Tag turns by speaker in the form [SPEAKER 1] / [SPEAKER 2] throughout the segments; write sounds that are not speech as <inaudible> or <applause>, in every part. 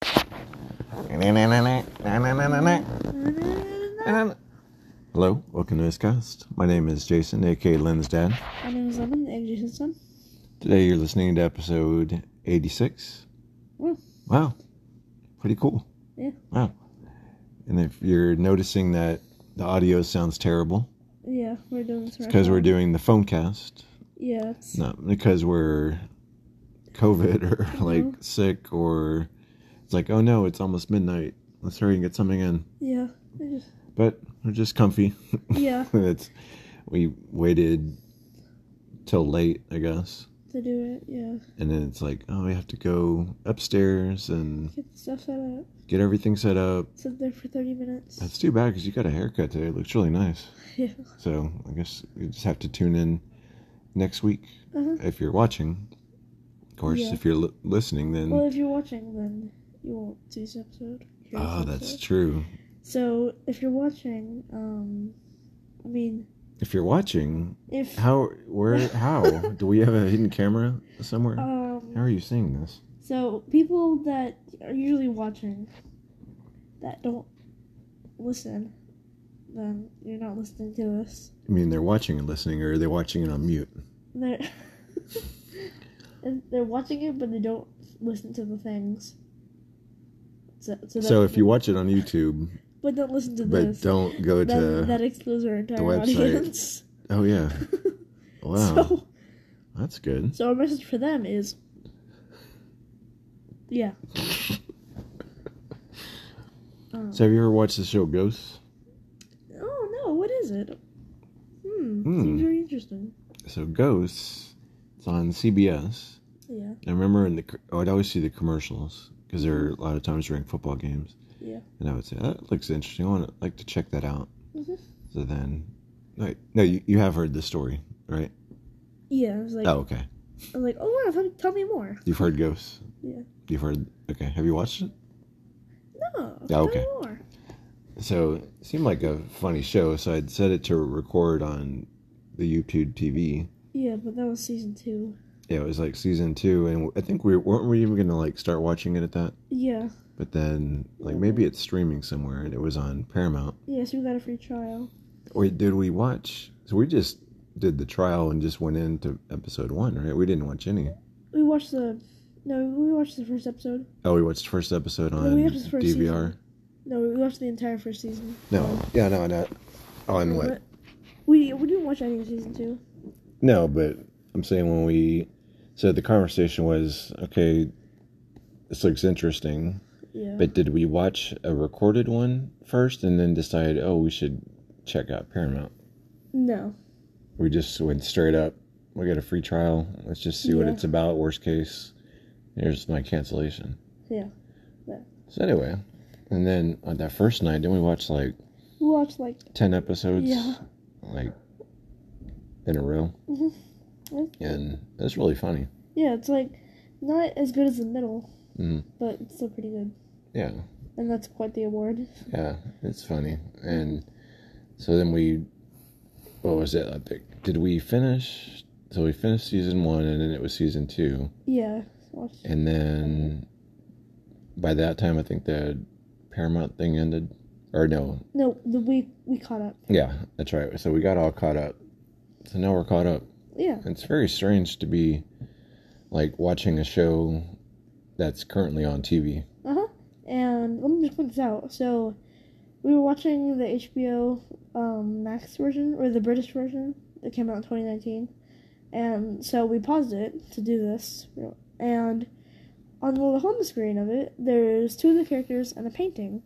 [SPEAKER 1] Mm-hmm.
[SPEAKER 2] Hello, welcome to Miscast. My name is Jason, aka Lynn's dad.
[SPEAKER 1] My name is Levin, and Jason's son.
[SPEAKER 2] Today you're listening to episode 86.
[SPEAKER 1] Mm.
[SPEAKER 2] Wow, pretty cool.
[SPEAKER 1] Yeah.
[SPEAKER 2] Wow. And if you're noticing that the audio sounds terrible,
[SPEAKER 1] Yeah, we're doing this right
[SPEAKER 2] because
[SPEAKER 1] now.
[SPEAKER 2] we're doing the phone cast,
[SPEAKER 1] Yeah, it's,
[SPEAKER 2] not because we're COVID or like sick or it's like, oh no, it's almost midnight. Let's hurry and get something in.
[SPEAKER 1] yeah, it just-
[SPEAKER 2] But we're just comfy.
[SPEAKER 1] yeah,
[SPEAKER 2] <laughs> That's we waited till late, I guess.
[SPEAKER 1] to do it. Yeah,
[SPEAKER 2] And then it's like, oh, we have to go upstairs and
[SPEAKER 1] get the stuff set up.
[SPEAKER 2] get everything set up.
[SPEAKER 1] Sit there for thirty minutes.
[SPEAKER 2] That's too bad because you got a haircut today. It looks really nice.
[SPEAKER 1] <laughs> yeah,
[SPEAKER 2] So I guess you just have to tune in next week
[SPEAKER 1] uh-huh.
[SPEAKER 2] if you're watching. Of course,
[SPEAKER 1] Yeah.
[SPEAKER 2] if you're li- listening, then
[SPEAKER 1] Well, if you're watching, then you won't see this episode. hear this
[SPEAKER 2] oh, that's
[SPEAKER 1] episode.
[SPEAKER 2] true.
[SPEAKER 1] so. If you're watching, um, I mean,
[SPEAKER 2] If you're watching,
[SPEAKER 1] if
[SPEAKER 2] how
[SPEAKER 1] <laughs>
[SPEAKER 2] where how do we have a hidden camera somewhere? how
[SPEAKER 1] um,
[SPEAKER 2] are you seeing this?
[SPEAKER 1] so people that are usually watching that don't listen, then you're not listening to us.
[SPEAKER 2] I mean, they're watching and listening, or are they watching it on mute?
[SPEAKER 1] And they're <laughs> and they're watching it, but they don't listen to the things. So, so, that-
[SPEAKER 2] So if you watch it on
[SPEAKER 1] <laughs>
[SPEAKER 2] YouTube,
[SPEAKER 1] but don't listen to
[SPEAKER 2] but
[SPEAKER 1] this,
[SPEAKER 2] don't go to
[SPEAKER 1] that, that excludes our entire
[SPEAKER 2] website.
[SPEAKER 1] audience. <laughs>
[SPEAKER 2] oh yeah, wow,
[SPEAKER 1] So, <laughs>
[SPEAKER 2] that's good.
[SPEAKER 1] so our message for them is,
[SPEAKER 2] <laughs>
[SPEAKER 1] yeah,
[SPEAKER 2] So have you ever watched the show Ghosts?
[SPEAKER 1] Um, oh no, what is it? Hmm,
[SPEAKER 2] Hmm.
[SPEAKER 1] seems very interesting.
[SPEAKER 2] So Ghosts, it's on CBS.
[SPEAKER 1] Yeah,
[SPEAKER 2] I remember in the co- I'd always see the commercials because there are a lot of times during football games.
[SPEAKER 1] Yeah.
[SPEAKER 2] And I would say that looks interesting. I want to like to check that out.
[SPEAKER 1] Mhm.
[SPEAKER 2] So then, no, no, you, you have heard the story, right?
[SPEAKER 1] yeah. I was like,
[SPEAKER 2] oh, okay.
[SPEAKER 1] I was like, oh wow, tell, tell me more.
[SPEAKER 2] You've heard Ghosts.
[SPEAKER 1] Yeah.
[SPEAKER 2] You've heard. Okay. Have you watched it?
[SPEAKER 1] No,
[SPEAKER 2] Yeah,
[SPEAKER 1] tell
[SPEAKER 2] Oh, okay.
[SPEAKER 1] me more.
[SPEAKER 2] So it seemed like a funny show. So I'd set it to record on the YouTube TV.
[SPEAKER 1] Yeah, but that was season two.
[SPEAKER 2] Yeah, it was like season two, and I think we weren't we even gonna like start watching it at that.
[SPEAKER 1] Yeah,
[SPEAKER 2] But then, like maybe it's streaming somewhere, and it was on Paramount.
[SPEAKER 1] yeah. So we got a free trial.
[SPEAKER 2] Or did we watch? So we just did the trial and just went into episode one, right? We didn't watch any.
[SPEAKER 1] We watched the no, we watched the first episode.
[SPEAKER 2] Oh, we watched the first episode
[SPEAKER 1] No,
[SPEAKER 2] on
[SPEAKER 1] we watched the first
[SPEAKER 2] DVR.
[SPEAKER 1] No, we watched the entire first season.
[SPEAKER 2] No, yeah, no, not on what?
[SPEAKER 1] We we didn't watch any of season two.
[SPEAKER 2] No, but I'm saying when we so the conversation was okay. This looks interesting,
[SPEAKER 1] Yeah.
[SPEAKER 2] but did we watch a recorded one first and then decide? Oh, we should check out Paramount.
[SPEAKER 1] no.
[SPEAKER 2] We just went straight up. We got a free trial. Let's just see what
[SPEAKER 1] Yeah.
[SPEAKER 2] it's about. Worst case, here's my cancellation.
[SPEAKER 1] Yeah. Yeah.
[SPEAKER 2] So anyway, and then on that first night, didn't we watch like
[SPEAKER 1] We watched like
[SPEAKER 2] ten episodes?
[SPEAKER 1] Yeah.
[SPEAKER 2] Like in a row,
[SPEAKER 1] mhm.
[SPEAKER 2] and it's really funny.
[SPEAKER 1] yeah, it's like not as good as the middle,
[SPEAKER 2] Mhm.
[SPEAKER 1] but it's still pretty good.
[SPEAKER 2] Yeah,
[SPEAKER 1] And that's quite the award.
[SPEAKER 2] yeah, it's funny. And so then we, what was it? I think did we finish? So we finished season one, and then it was season two.
[SPEAKER 1] Yeah. Watched.
[SPEAKER 2] And then by that time, I think the Paramount thing ended. Or no,
[SPEAKER 1] No, the we we caught up.
[SPEAKER 2] yeah, that's right. So we got all caught up. So now we're caught up.
[SPEAKER 1] Yeah.
[SPEAKER 2] It's very strange to be like watching a show that's currently on TV.
[SPEAKER 1] Uh huh. And let me just point this out. So, we were watching the HBO um, Max version or the British version that came out in 2019, and so we paused it to do this. And on the home screen of it, there's two of the characters and a painting,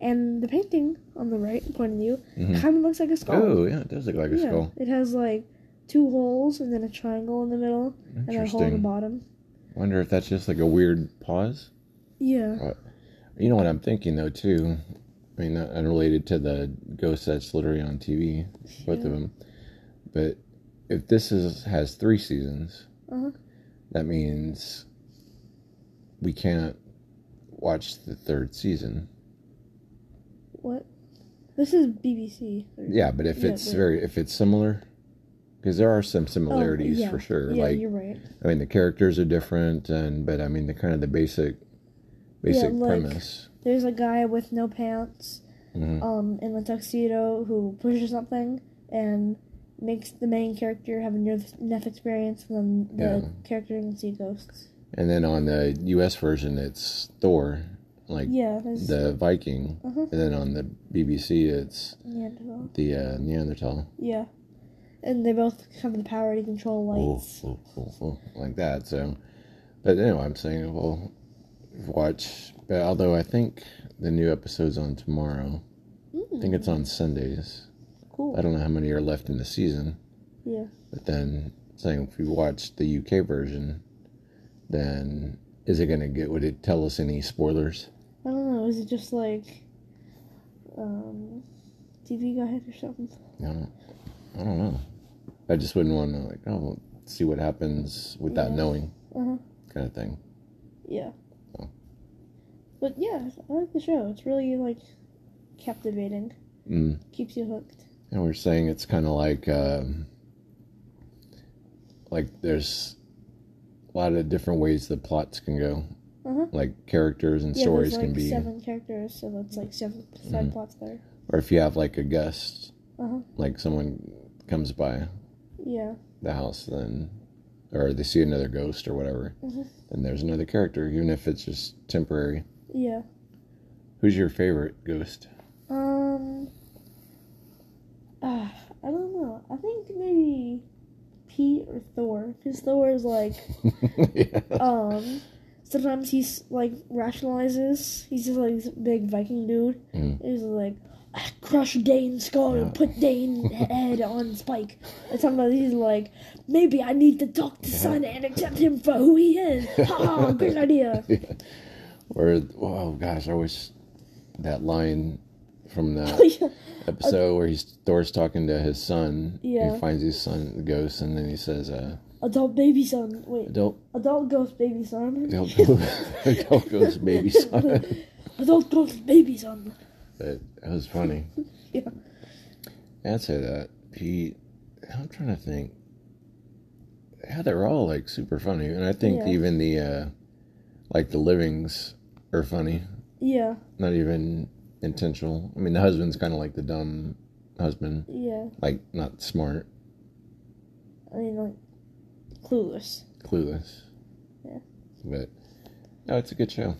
[SPEAKER 1] and the painting on the right point of view
[SPEAKER 2] Mhm.
[SPEAKER 1] kind of looks like a skull.
[SPEAKER 2] Oh, yeah, it does look like a
[SPEAKER 1] yeah,
[SPEAKER 2] skull.
[SPEAKER 1] it has like two holes and then a triangle in the middle and a hole in the
[SPEAKER 2] Interesting.
[SPEAKER 1] bottom.
[SPEAKER 2] Wonder if that's just like a weird pause.
[SPEAKER 1] Yeah.
[SPEAKER 2] You know what I'm thinking though too. I mean, not unrelated to the ghost that's literally on TV, both
[SPEAKER 1] Yeah.
[SPEAKER 2] of them. But if this is has three seasons,
[SPEAKER 1] Uh-huh.
[SPEAKER 2] that means we can't watch the third season.
[SPEAKER 1] What? This is BBC.
[SPEAKER 2] Yeah, but if
[SPEAKER 1] Yeah,
[SPEAKER 2] it's
[SPEAKER 1] but- Oh,
[SPEAKER 2] very if it's similar, because there are some similarities
[SPEAKER 1] yeah.
[SPEAKER 2] for sure.
[SPEAKER 1] Yeah,
[SPEAKER 2] like
[SPEAKER 1] you're right.
[SPEAKER 2] I mean, the characters are different, and but I mean the kind of the basic basic
[SPEAKER 1] like-
[SPEAKER 2] premise.
[SPEAKER 1] There's a guy with no pants,
[SPEAKER 2] Mhm.
[SPEAKER 1] um, in a tuxedo who pushes something and makes the main character have a near death experience, and then the
[SPEAKER 2] Yeah.
[SPEAKER 1] character can see ghosts.
[SPEAKER 2] And then on the U.S. version, it's Thor, like
[SPEAKER 1] Yeah, there's
[SPEAKER 2] the Viking.
[SPEAKER 1] Uh-huh.
[SPEAKER 2] And then on the BBC, it's
[SPEAKER 1] Neanderthal.
[SPEAKER 2] the uh, Neanderthal.
[SPEAKER 1] Yeah, and they both have the power to control lights.
[SPEAKER 2] Oh, oh, oh, oh, like that. So, but anyway, I'm saying we'll watch. But although I think the new episode's on tomorrow, I
[SPEAKER 1] Mm,
[SPEAKER 2] think it's on Sundays.
[SPEAKER 1] cool.
[SPEAKER 2] I don't know how many are left in the season.
[SPEAKER 1] Yeah.
[SPEAKER 2] But then saying if we watch the UK version, then is it gonna get? Would it tell us any spoilers?
[SPEAKER 1] I don't know. Is it just like, um, TV guide or something?
[SPEAKER 2] I don't. I don't know. I just wouldn't want to like oh well, see what happens without
[SPEAKER 1] Yeah.
[SPEAKER 2] knowing
[SPEAKER 1] Uh huh.
[SPEAKER 2] kind of thing.
[SPEAKER 1] Yeah.
[SPEAKER 2] Oh.
[SPEAKER 1] But yeah, I like the show. It's really like captivating.
[SPEAKER 2] Mm.
[SPEAKER 1] Keeps you hooked.
[SPEAKER 2] And we're saying it's kind of like, um, like there's a lot of different ways the plots can go.
[SPEAKER 1] Uh-huh.
[SPEAKER 2] Like characters and
[SPEAKER 1] Yeah,
[SPEAKER 2] stories
[SPEAKER 1] there's like
[SPEAKER 2] can be, Mm-hmm.
[SPEAKER 1] seven characters, so that's like seven side plots there.
[SPEAKER 2] or if you have like a guest,
[SPEAKER 1] Uh-huh.
[SPEAKER 2] like someone comes by
[SPEAKER 1] Yeah.
[SPEAKER 2] the house, then, or they see another ghost or whatever,
[SPEAKER 1] Mhm.
[SPEAKER 2] then there's another character, even if it's just temporary.
[SPEAKER 1] Yeah.
[SPEAKER 2] Who's your favorite ghost?
[SPEAKER 1] Um. Uh, I don't know. I think maybe Pete or Thor, because Thor is like
[SPEAKER 2] <laughs> yeah.
[SPEAKER 1] um sometimes he's like rationalizes he's just like this big viking dude
[SPEAKER 2] Mm.
[SPEAKER 1] he's like "I crush dane's skull
[SPEAKER 2] Yeah.
[SPEAKER 1] and put
[SPEAKER 2] <laughs>
[SPEAKER 1] dane's head on spike and sometimes he's like maybe i need to talk to
[SPEAKER 2] Yeah.
[SPEAKER 1] son and accept him for who
[SPEAKER 2] <laughs>
[SPEAKER 1] he is ha great idea <laughs>
[SPEAKER 2] Or oh gosh, I wish that line from the
[SPEAKER 1] <laughs> yeah
[SPEAKER 2] episode where he's Thor's talking to his son.
[SPEAKER 1] Yeah.
[SPEAKER 2] He finds his son the ghost, and then he says, uh,
[SPEAKER 1] adult baby son wait
[SPEAKER 2] "Adult,
[SPEAKER 1] adult ghost baby son
[SPEAKER 2] adult, <laughs> adult ghost baby son."
[SPEAKER 1] <laughs> adult ghost baby son
[SPEAKER 2] But that was funny.
[SPEAKER 1] <laughs> Yeah.
[SPEAKER 2] I'd say that Pete. I'm trying to think. Yeah, they're all like super funny, and I think
[SPEAKER 1] Yeah.
[SPEAKER 2] even the uh, like the livings are funny.
[SPEAKER 1] yeah
[SPEAKER 2] Not even intentional. I mean, the husband's kind of like the dumb husband,
[SPEAKER 1] yeah
[SPEAKER 2] like not smart,
[SPEAKER 1] i mean like clueless
[SPEAKER 2] clueless.
[SPEAKER 1] Yeah.
[SPEAKER 2] But no, it's a good show.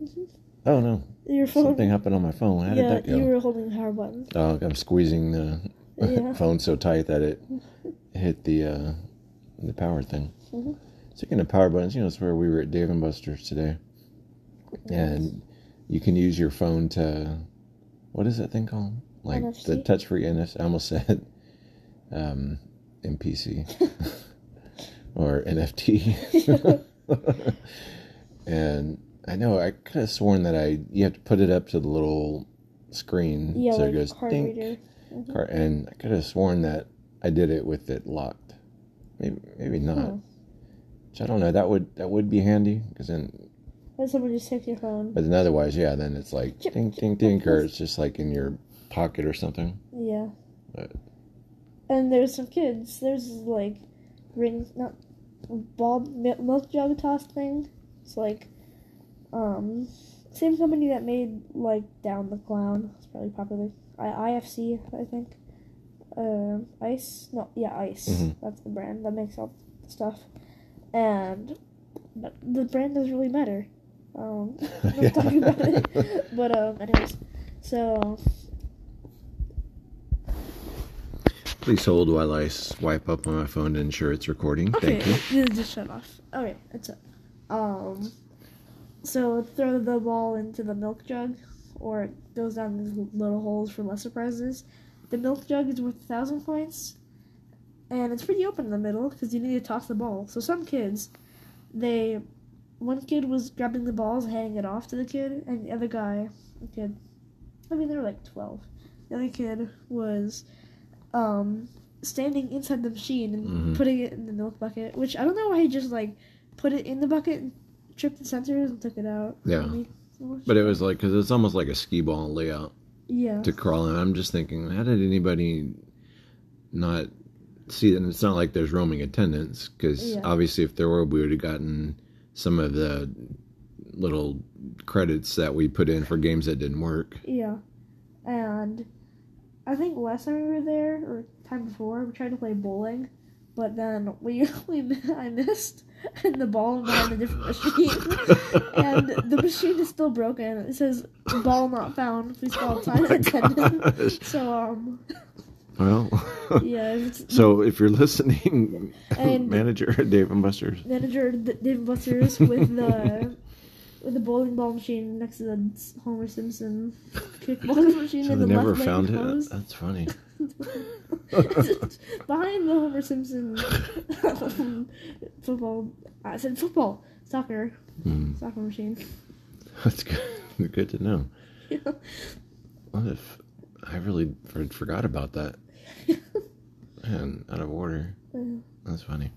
[SPEAKER 1] Mhm.
[SPEAKER 2] Oh
[SPEAKER 1] <laughs>
[SPEAKER 2] no,
[SPEAKER 1] your phone
[SPEAKER 2] something happened on my phone. How
[SPEAKER 1] yeah
[SPEAKER 2] did that go?
[SPEAKER 1] you were holding the power button
[SPEAKER 2] Oh, I'm squeezing the <laughs>
[SPEAKER 1] Yeah.
[SPEAKER 2] phone so tight that
[SPEAKER 1] <laughs>
[SPEAKER 2] it hit the uh, the power thing.
[SPEAKER 1] Mhm.
[SPEAKER 2] Speaking of power buttons, you know, it's where we were at Dave and Buster's today, and you can use your phone to what is that thing called? Like the
[SPEAKER 1] NFC?
[SPEAKER 2] touch free NS. I almost <laughs> said um,
[SPEAKER 1] <laughs>
[SPEAKER 2] MPC or NFT. <laughs> and I know I could have sworn that I you have to put it up to the little screen
[SPEAKER 1] Yeah,
[SPEAKER 2] so
[SPEAKER 1] like
[SPEAKER 2] it goes
[SPEAKER 1] card
[SPEAKER 2] dink.
[SPEAKER 1] reader.
[SPEAKER 2] Car- and I could have sworn that I did it with it locked. Maybe, maybe not.
[SPEAKER 1] Huh.
[SPEAKER 2] Which I don't know. That would that would be handy because then,
[SPEAKER 1] Let someone just take your phone.
[SPEAKER 2] but then otherwise, yeah. Then it's like
[SPEAKER 1] Chip,
[SPEAKER 2] ding ding ding, or it's just like in your pocket or something.
[SPEAKER 1] Yeah.
[SPEAKER 2] But-
[SPEAKER 1] And there's some kids. There's like ring, not ball mil- milk jug toss thing. It's like, um, same company that made like Down the Clown. It's probably popular. I IFC I think. Um, Ice. No, yeah, Ice.
[SPEAKER 2] Mhm.
[SPEAKER 1] That's the brand that makes all the stuff. And but the brand doesn't really matter. Um, I'm not talking
[SPEAKER 2] <laughs>
[SPEAKER 1] about it. <laughs> But um, anyways, so
[SPEAKER 2] Please hold while I swipe up on my phone to ensure it's recording. Thank you.
[SPEAKER 1] you. Just shut off. Okay, it's up. Um, so throw the ball into the milk jug, or it goes down these little holes for less surprises. The milk jug is worth a thousand points, and it's pretty open in the middle because you need to toss the ball. So some kids, they, one kid was grabbing the balls and handing it off to the kid, and the other guy, the kid, I mean they were like twelve. The other kid was, um, standing inside the machine and
[SPEAKER 2] Mhm.
[SPEAKER 1] putting it in the milk bucket, which I don't know why he just like put it in the bucket and tripped the sensors and took it out.
[SPEAKER 2] Yeah.
[SPEAKER 1] Maybe so much.
[SPEAKER 2] But it was like because it's almost like a skee ball layout
[SPEAKER 1] yeah.
[SPEAKER 2] to crawl in. I'm just thinking, how did anybody not see? And it's not like there's roaming attendants because
[SPEAKER 1] Yeah.
[SPEAKER 2] obviously, if there were, we would have gotten some of the little credits that we put in for games that didn't work.
[SPEAKER 1] Yeah. And I think last time we were there, or time before, we tried to play bowling, but then we, <laughs> we I missed, and the ball went behind a different machine. and the machine is still broken. It says, ball not found. Please
[SPEAKER 2] <laughs>
[SPEAKER 1] call
[SPEAKER 2] Oh
[SPEAKER 1] sign
[SPEAKER 2] my
[SPEAKER 1] attendant.
[SPEAKER 2] gosh.
[SPEAKER 1] So, um,
[SPEAKER 2] <laughs> Well,
[SPEAKER 1] yeah, it's
[SPEAKER 2] so if you're listening, <laughs>
[SPEAKER 1] And-
[SPEAKER 2] manager at Dave and Buster's,
[SPEAKER 1] manager at the Dave and Buster's with the with the bowling ball machine next to the S- Homer Simpson
[SPEAKER 2] <laughs>
[SPEAKER 1] kickball machine
[SPEAKER 2] so
[SPEAKER 1] in
[SPEAKER 2] they
[SPEAKER 1] the
[SPEAKER 2] never
[SPEAKER 1] left leg
[SPEAKER 2] found it.
[SPEAKER 1] hose.
[SPEAKER 2] That's
[SPEAKER 1] <laughs>
[SPEAKER 2] funny.
[SPEAKER 1] behind the Homer Simpson um, football. I said football, soccer,
[SPEAKER 2] Hmm.
[SPEAKER 1] soccer machine. <laughs> Oh,
[SPEAKER 2] That's good. <laughs> Good to know. What if I really for- forgot about that? Man, out of order.
[SPEAKER 1] Mm.
[SPEAKER 2] That's funny.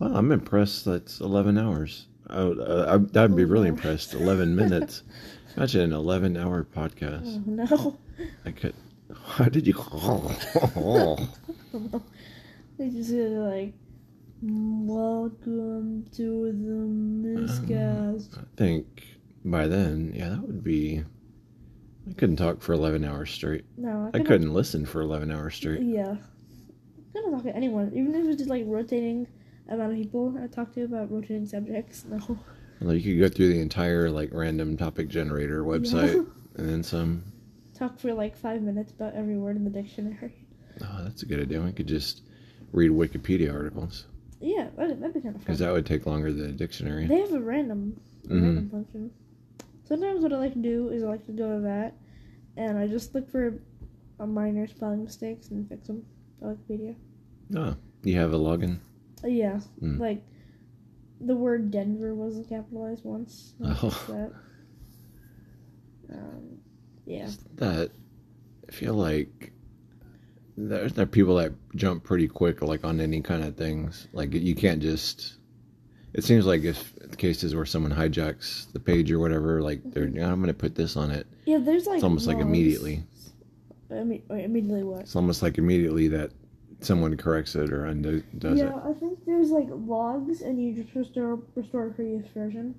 [SPEAKER 2] Well, I'm impressed. That's 11 hours. I, would- uh, I, I, that'd
[SPEAKER 1] Oh,
[SPEAKER 2] be really impressed.
[SPEAKER 1] <laughs>
[SPEAKER 2] 11 minutes. Imagine an 11 hour podcast.
[SPEAKER 1] oh no,
[SPEAKER 2] I could. <laughs> How
[SPEAKER 1] <laughs>
[SPEAKER 2] did you? <laughs>
[SPEAKER 1] they just did like. Welcome to the
[SPEAKER 2] Um,
[SPEAKER 1] miscast.
[SPEAKER 2] I think by then, yeah, that would be. I couldn't talk for 11 hours straight.
[SPEAKER 1] No,
[SPEAKER 2] I
[SPEAKER 1] couldn't-
[SPEAKER 2] couldn't listen for 11 hours straight.
[SPEAKER 1] Yeah. I don't talk to anyone. Even if it's just like rotating amount of people I talk to about rotating subjects. No.
[SPEAKER 2] Like you could go through the entire like random topic generator website and then some.
[SPEAKER 1] <laughs> Talk for like five minutes about every word in the dictionary.
[SPEAKER 2] Oh, that's a good idea. We could just read Wikipedia articles
[SPEAKER 1] Yeah, that'd, that'd be kind of fun.
[SPEAKER 2] because that would take longer than a dictionary.
[SPEAKER 1] They have a random, a
[SPEAKER 2] Mhm.
[SPEAKER 1] random function. Sometimes what I like to do is I like to go to that, and I just look for a minor spelling mistakes and fix them on Wikipedia.
[SPEAKER 2] Oh, you have a login.
[SPEAKER 1] Uh, Yeah,
[SPEAKER 2] Mm.
[SPEAKER 1] like the word Denver wasn't capitalized once. and I
[SPEAKER 2] <laughs> Oh.
[SPEAKER 1] fixed That. Um, yeah.
[SPEAKER 2] That I feel like there's there are people that jump pretty quick like on any kind of things. Like you can't just. It seems like if cases where someone hijacks the page or whatever, like they're
[SPEAKER 1] Mm-hmm.
[SPEAKER 2] "Yeah, I'm going to put this on it.
[SPEAKER 1] Yeah, there's like.
[SPEAKER 2] It's almost like
[SPEAKER 1] laws.
[SPEAKER 2] immediately.
[SPEAKER 1] I mean, wait, immediately what?
[SPEAKER 2] It's almost like immediately that someone corrects it or undo does it.
[SPEAKER 1] yeah, I think there's like logs, and you just restore restore a previous version.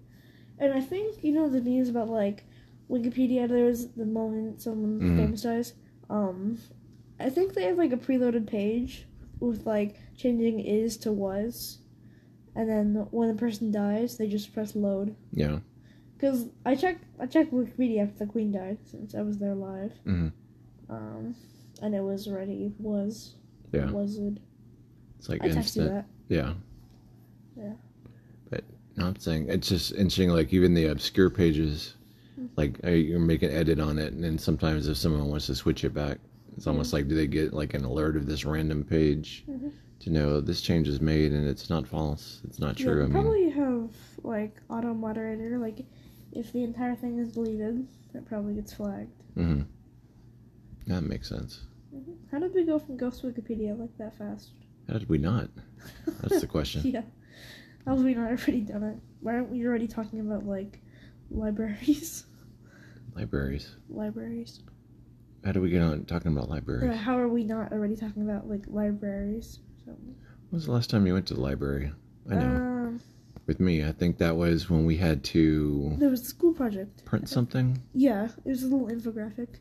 [SPEAKER 1] And I think you know the news about like Wikipedia. There's the moment someone
[SPEAKER 2] Mhm.
[SPEAKER 1] famous dies. Um, I think they have like a preloaded page with like changing is to was, and then when the person dies, they just press load.
[SPEAKER 2] Yeah.
[SPEAKER 1] Cause I checked I checked Wikipedia after the Queen died since I was there live.
[SPEAKER 2] Mhm.
[SPEAKER 1] Um, and it was already was
[SPEAKER 2] Yeah.
[SPEAKER 1] wizard.
[SPEAKER 2] It's like
[SPEAKER 1] I texted you
[SPEAKER 2] instant.
[SPEAKER 1] that.
[SPEAKER 2] Yeah.
[SPEAKER 1] Yeah.
[SPEAKER 2] But no, I'm saying it's just interesting. Like even the obscure pages,
[SPEAKER 1] Mm-hmm.
[SPEAKER 2] like I- you make an edit on it, and then sometimes if someone wants to switch it back, it's
[SPEAKER 1] Mm-hmm.
[SPEAKER 2] almost like do they get like an alert of this random page
[SPEAKER 1] Mhm.
[SPEAKER 2] to know this change is made and it's not false, it's not
[SPEAKER 1] Yeah,
[SPEAKER 2] true.
[SPEAKER 1] you
[SPEAKER 2] I mean,
[SPEAKER 1] probably have like auto moderator. Like, if the entire thing is deleted, that probably gets flagged.
[SPEAKER 2] mhm. that makes sense.
[SPEAKER 1] How did we go from Ghost Wikipedia like that fast?
[SPEAKER 2] How did we not?
[SPEAKER 1] <laughs>
[SPEAKER 2] That's the question.
[SPEAKER 1] yeah. How have we not already done it? Why aren't we already talking about like libraries? <laughs>
[SPEAKER 2] libraries.
[SPEAKER 1] libraries.
[SPEAKER 2] How do we get on talking about libraries?
[SPEAKER 1] Yeah, how are we not already talking about like libraries? So,
[SPEAKER 2] When was the last time you went to the library? I know.
[SPEAKER 1] um,
[SPEAKER 2] With me, I think that was when we had to
[SPEAKER 1] there was a school project.
[SPEAKER 2] print something.
[SPEAKER 1] Yeah, it was a little infographic.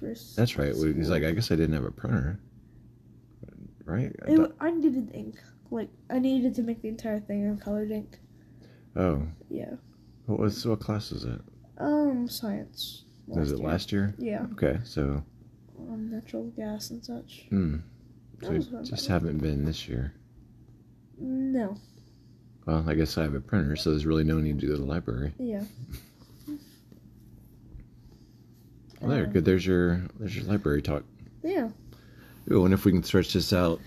[SPEAKER 1] First.
[SPEAKER 2] That's right. We- He's like, I guess I didn't have a printer. Right? I
[SPEAKER 1] It,
[SPEAKER 2] don't-
[SPEAKER 1] wa- I needed ink. Like I needed to make the entire thing in colored ink.
[SPEAKER 2] oh,
[SPEAKER 1] Yeah.
[SPEAKER 2] what was what class was it?
[SPEAKER 1] Um, science.
[SPEAKER 2] was it
[SPEAKER 1] year.
[SPEAKER 2] last year?
[SPEAKER 1] Yeah.
[SPEAKER 2] Okay, so
[SPEAKER 1] Um, natural gas and such.
[SPEAKER 2] hmm,
[SPEAKER 1] That
[SPEAKER 2] so
[SPEAKER 1] was fun,
[SPEAKER 2] just
[SPEAKER 1] by
[SPEAKER 2] haven't been this year.
[SPEAKER 1] the way. No.
[SPEAKER 2] Well, I guess I have a printer, so there's really no need to go to the library.
[SPEAKER 1] Yeah.
[SPEAKER 2] <laughs> Well, Oh, there,
[SPEAKER 1] Um,
[SPEAKER 2] good. There's your there's your library talk.
[SPEAKER 1] Yeah.
[SPEAKER 2] Ooh, and if we can stretch this out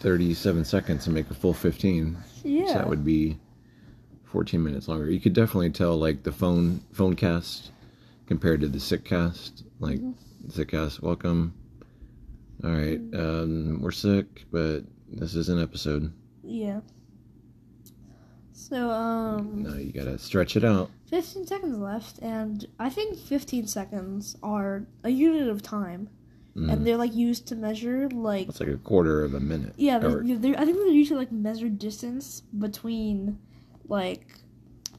[SPEAKER 2] 37 seconds and make a full 15,
[SPEAKER 1] Yeah.
[SPEAKER 2] So that would be 14 minutes longer. You could definitely tell like the phone phone cast compared to the sick cast. Like
[SPEAKER 1] Mm-hmm.
[SPEAKER 2] sick cast, welcome. All right, um, we're sick, but this is an episode.
[SPEAKER 1] Yeah. So um,
[SPEAKER 2] No, you gotta stretch it out.
[SPEAKER 1] fifteen seconds left, and I think fifteen seconds are a unit of time,
[SPEAKER 2] Mm.
[SPEAKER 1] and they're like used to measure like
[SPEAKER 2] It's like a quarter of a minute.
[SPEAKER 1] Yeah,
[SPEAKER 2] Or-
[SPEAKER 1] they I think they're usually like measured distance between like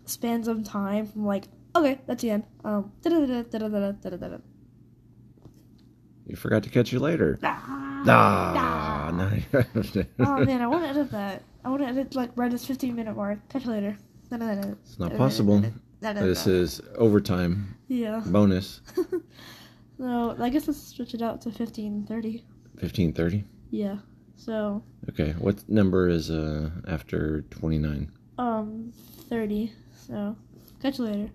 [SPEAKER 1] spans of time from like okay that's the end um da-da-da-da, da-da-da-da, da-da-da-da.
[SPEAKER 2] You forgot to catch you later.
[SPEAKER 1] Ah,
[SPEAKER 2] Ah,
[SPEAKER 1] ah.
[SPEAKER 2] <laughs> no.
[SPEAKER 1] oh man I want to edit that I want to edit like right as 15 minute mark catch you later Da-da-da-da,
[SPEAKER 2] it's not possible.
[SPEAKER 1] da-da-da-da.
[SPEAKER 2] This is overtime
[SPEAKER 1] yeah
[SPEAKER 2] bonus.
[SPEAKER 1] so I guess let's switch it out to 1530
[SPEAKER 2] Fifteen thirty.
[SPEAKER 1] yeah so
[SPEAKER 2] Okay, what number is uh after twenty nine?
[SPEAKER 1] um 30 so catch you later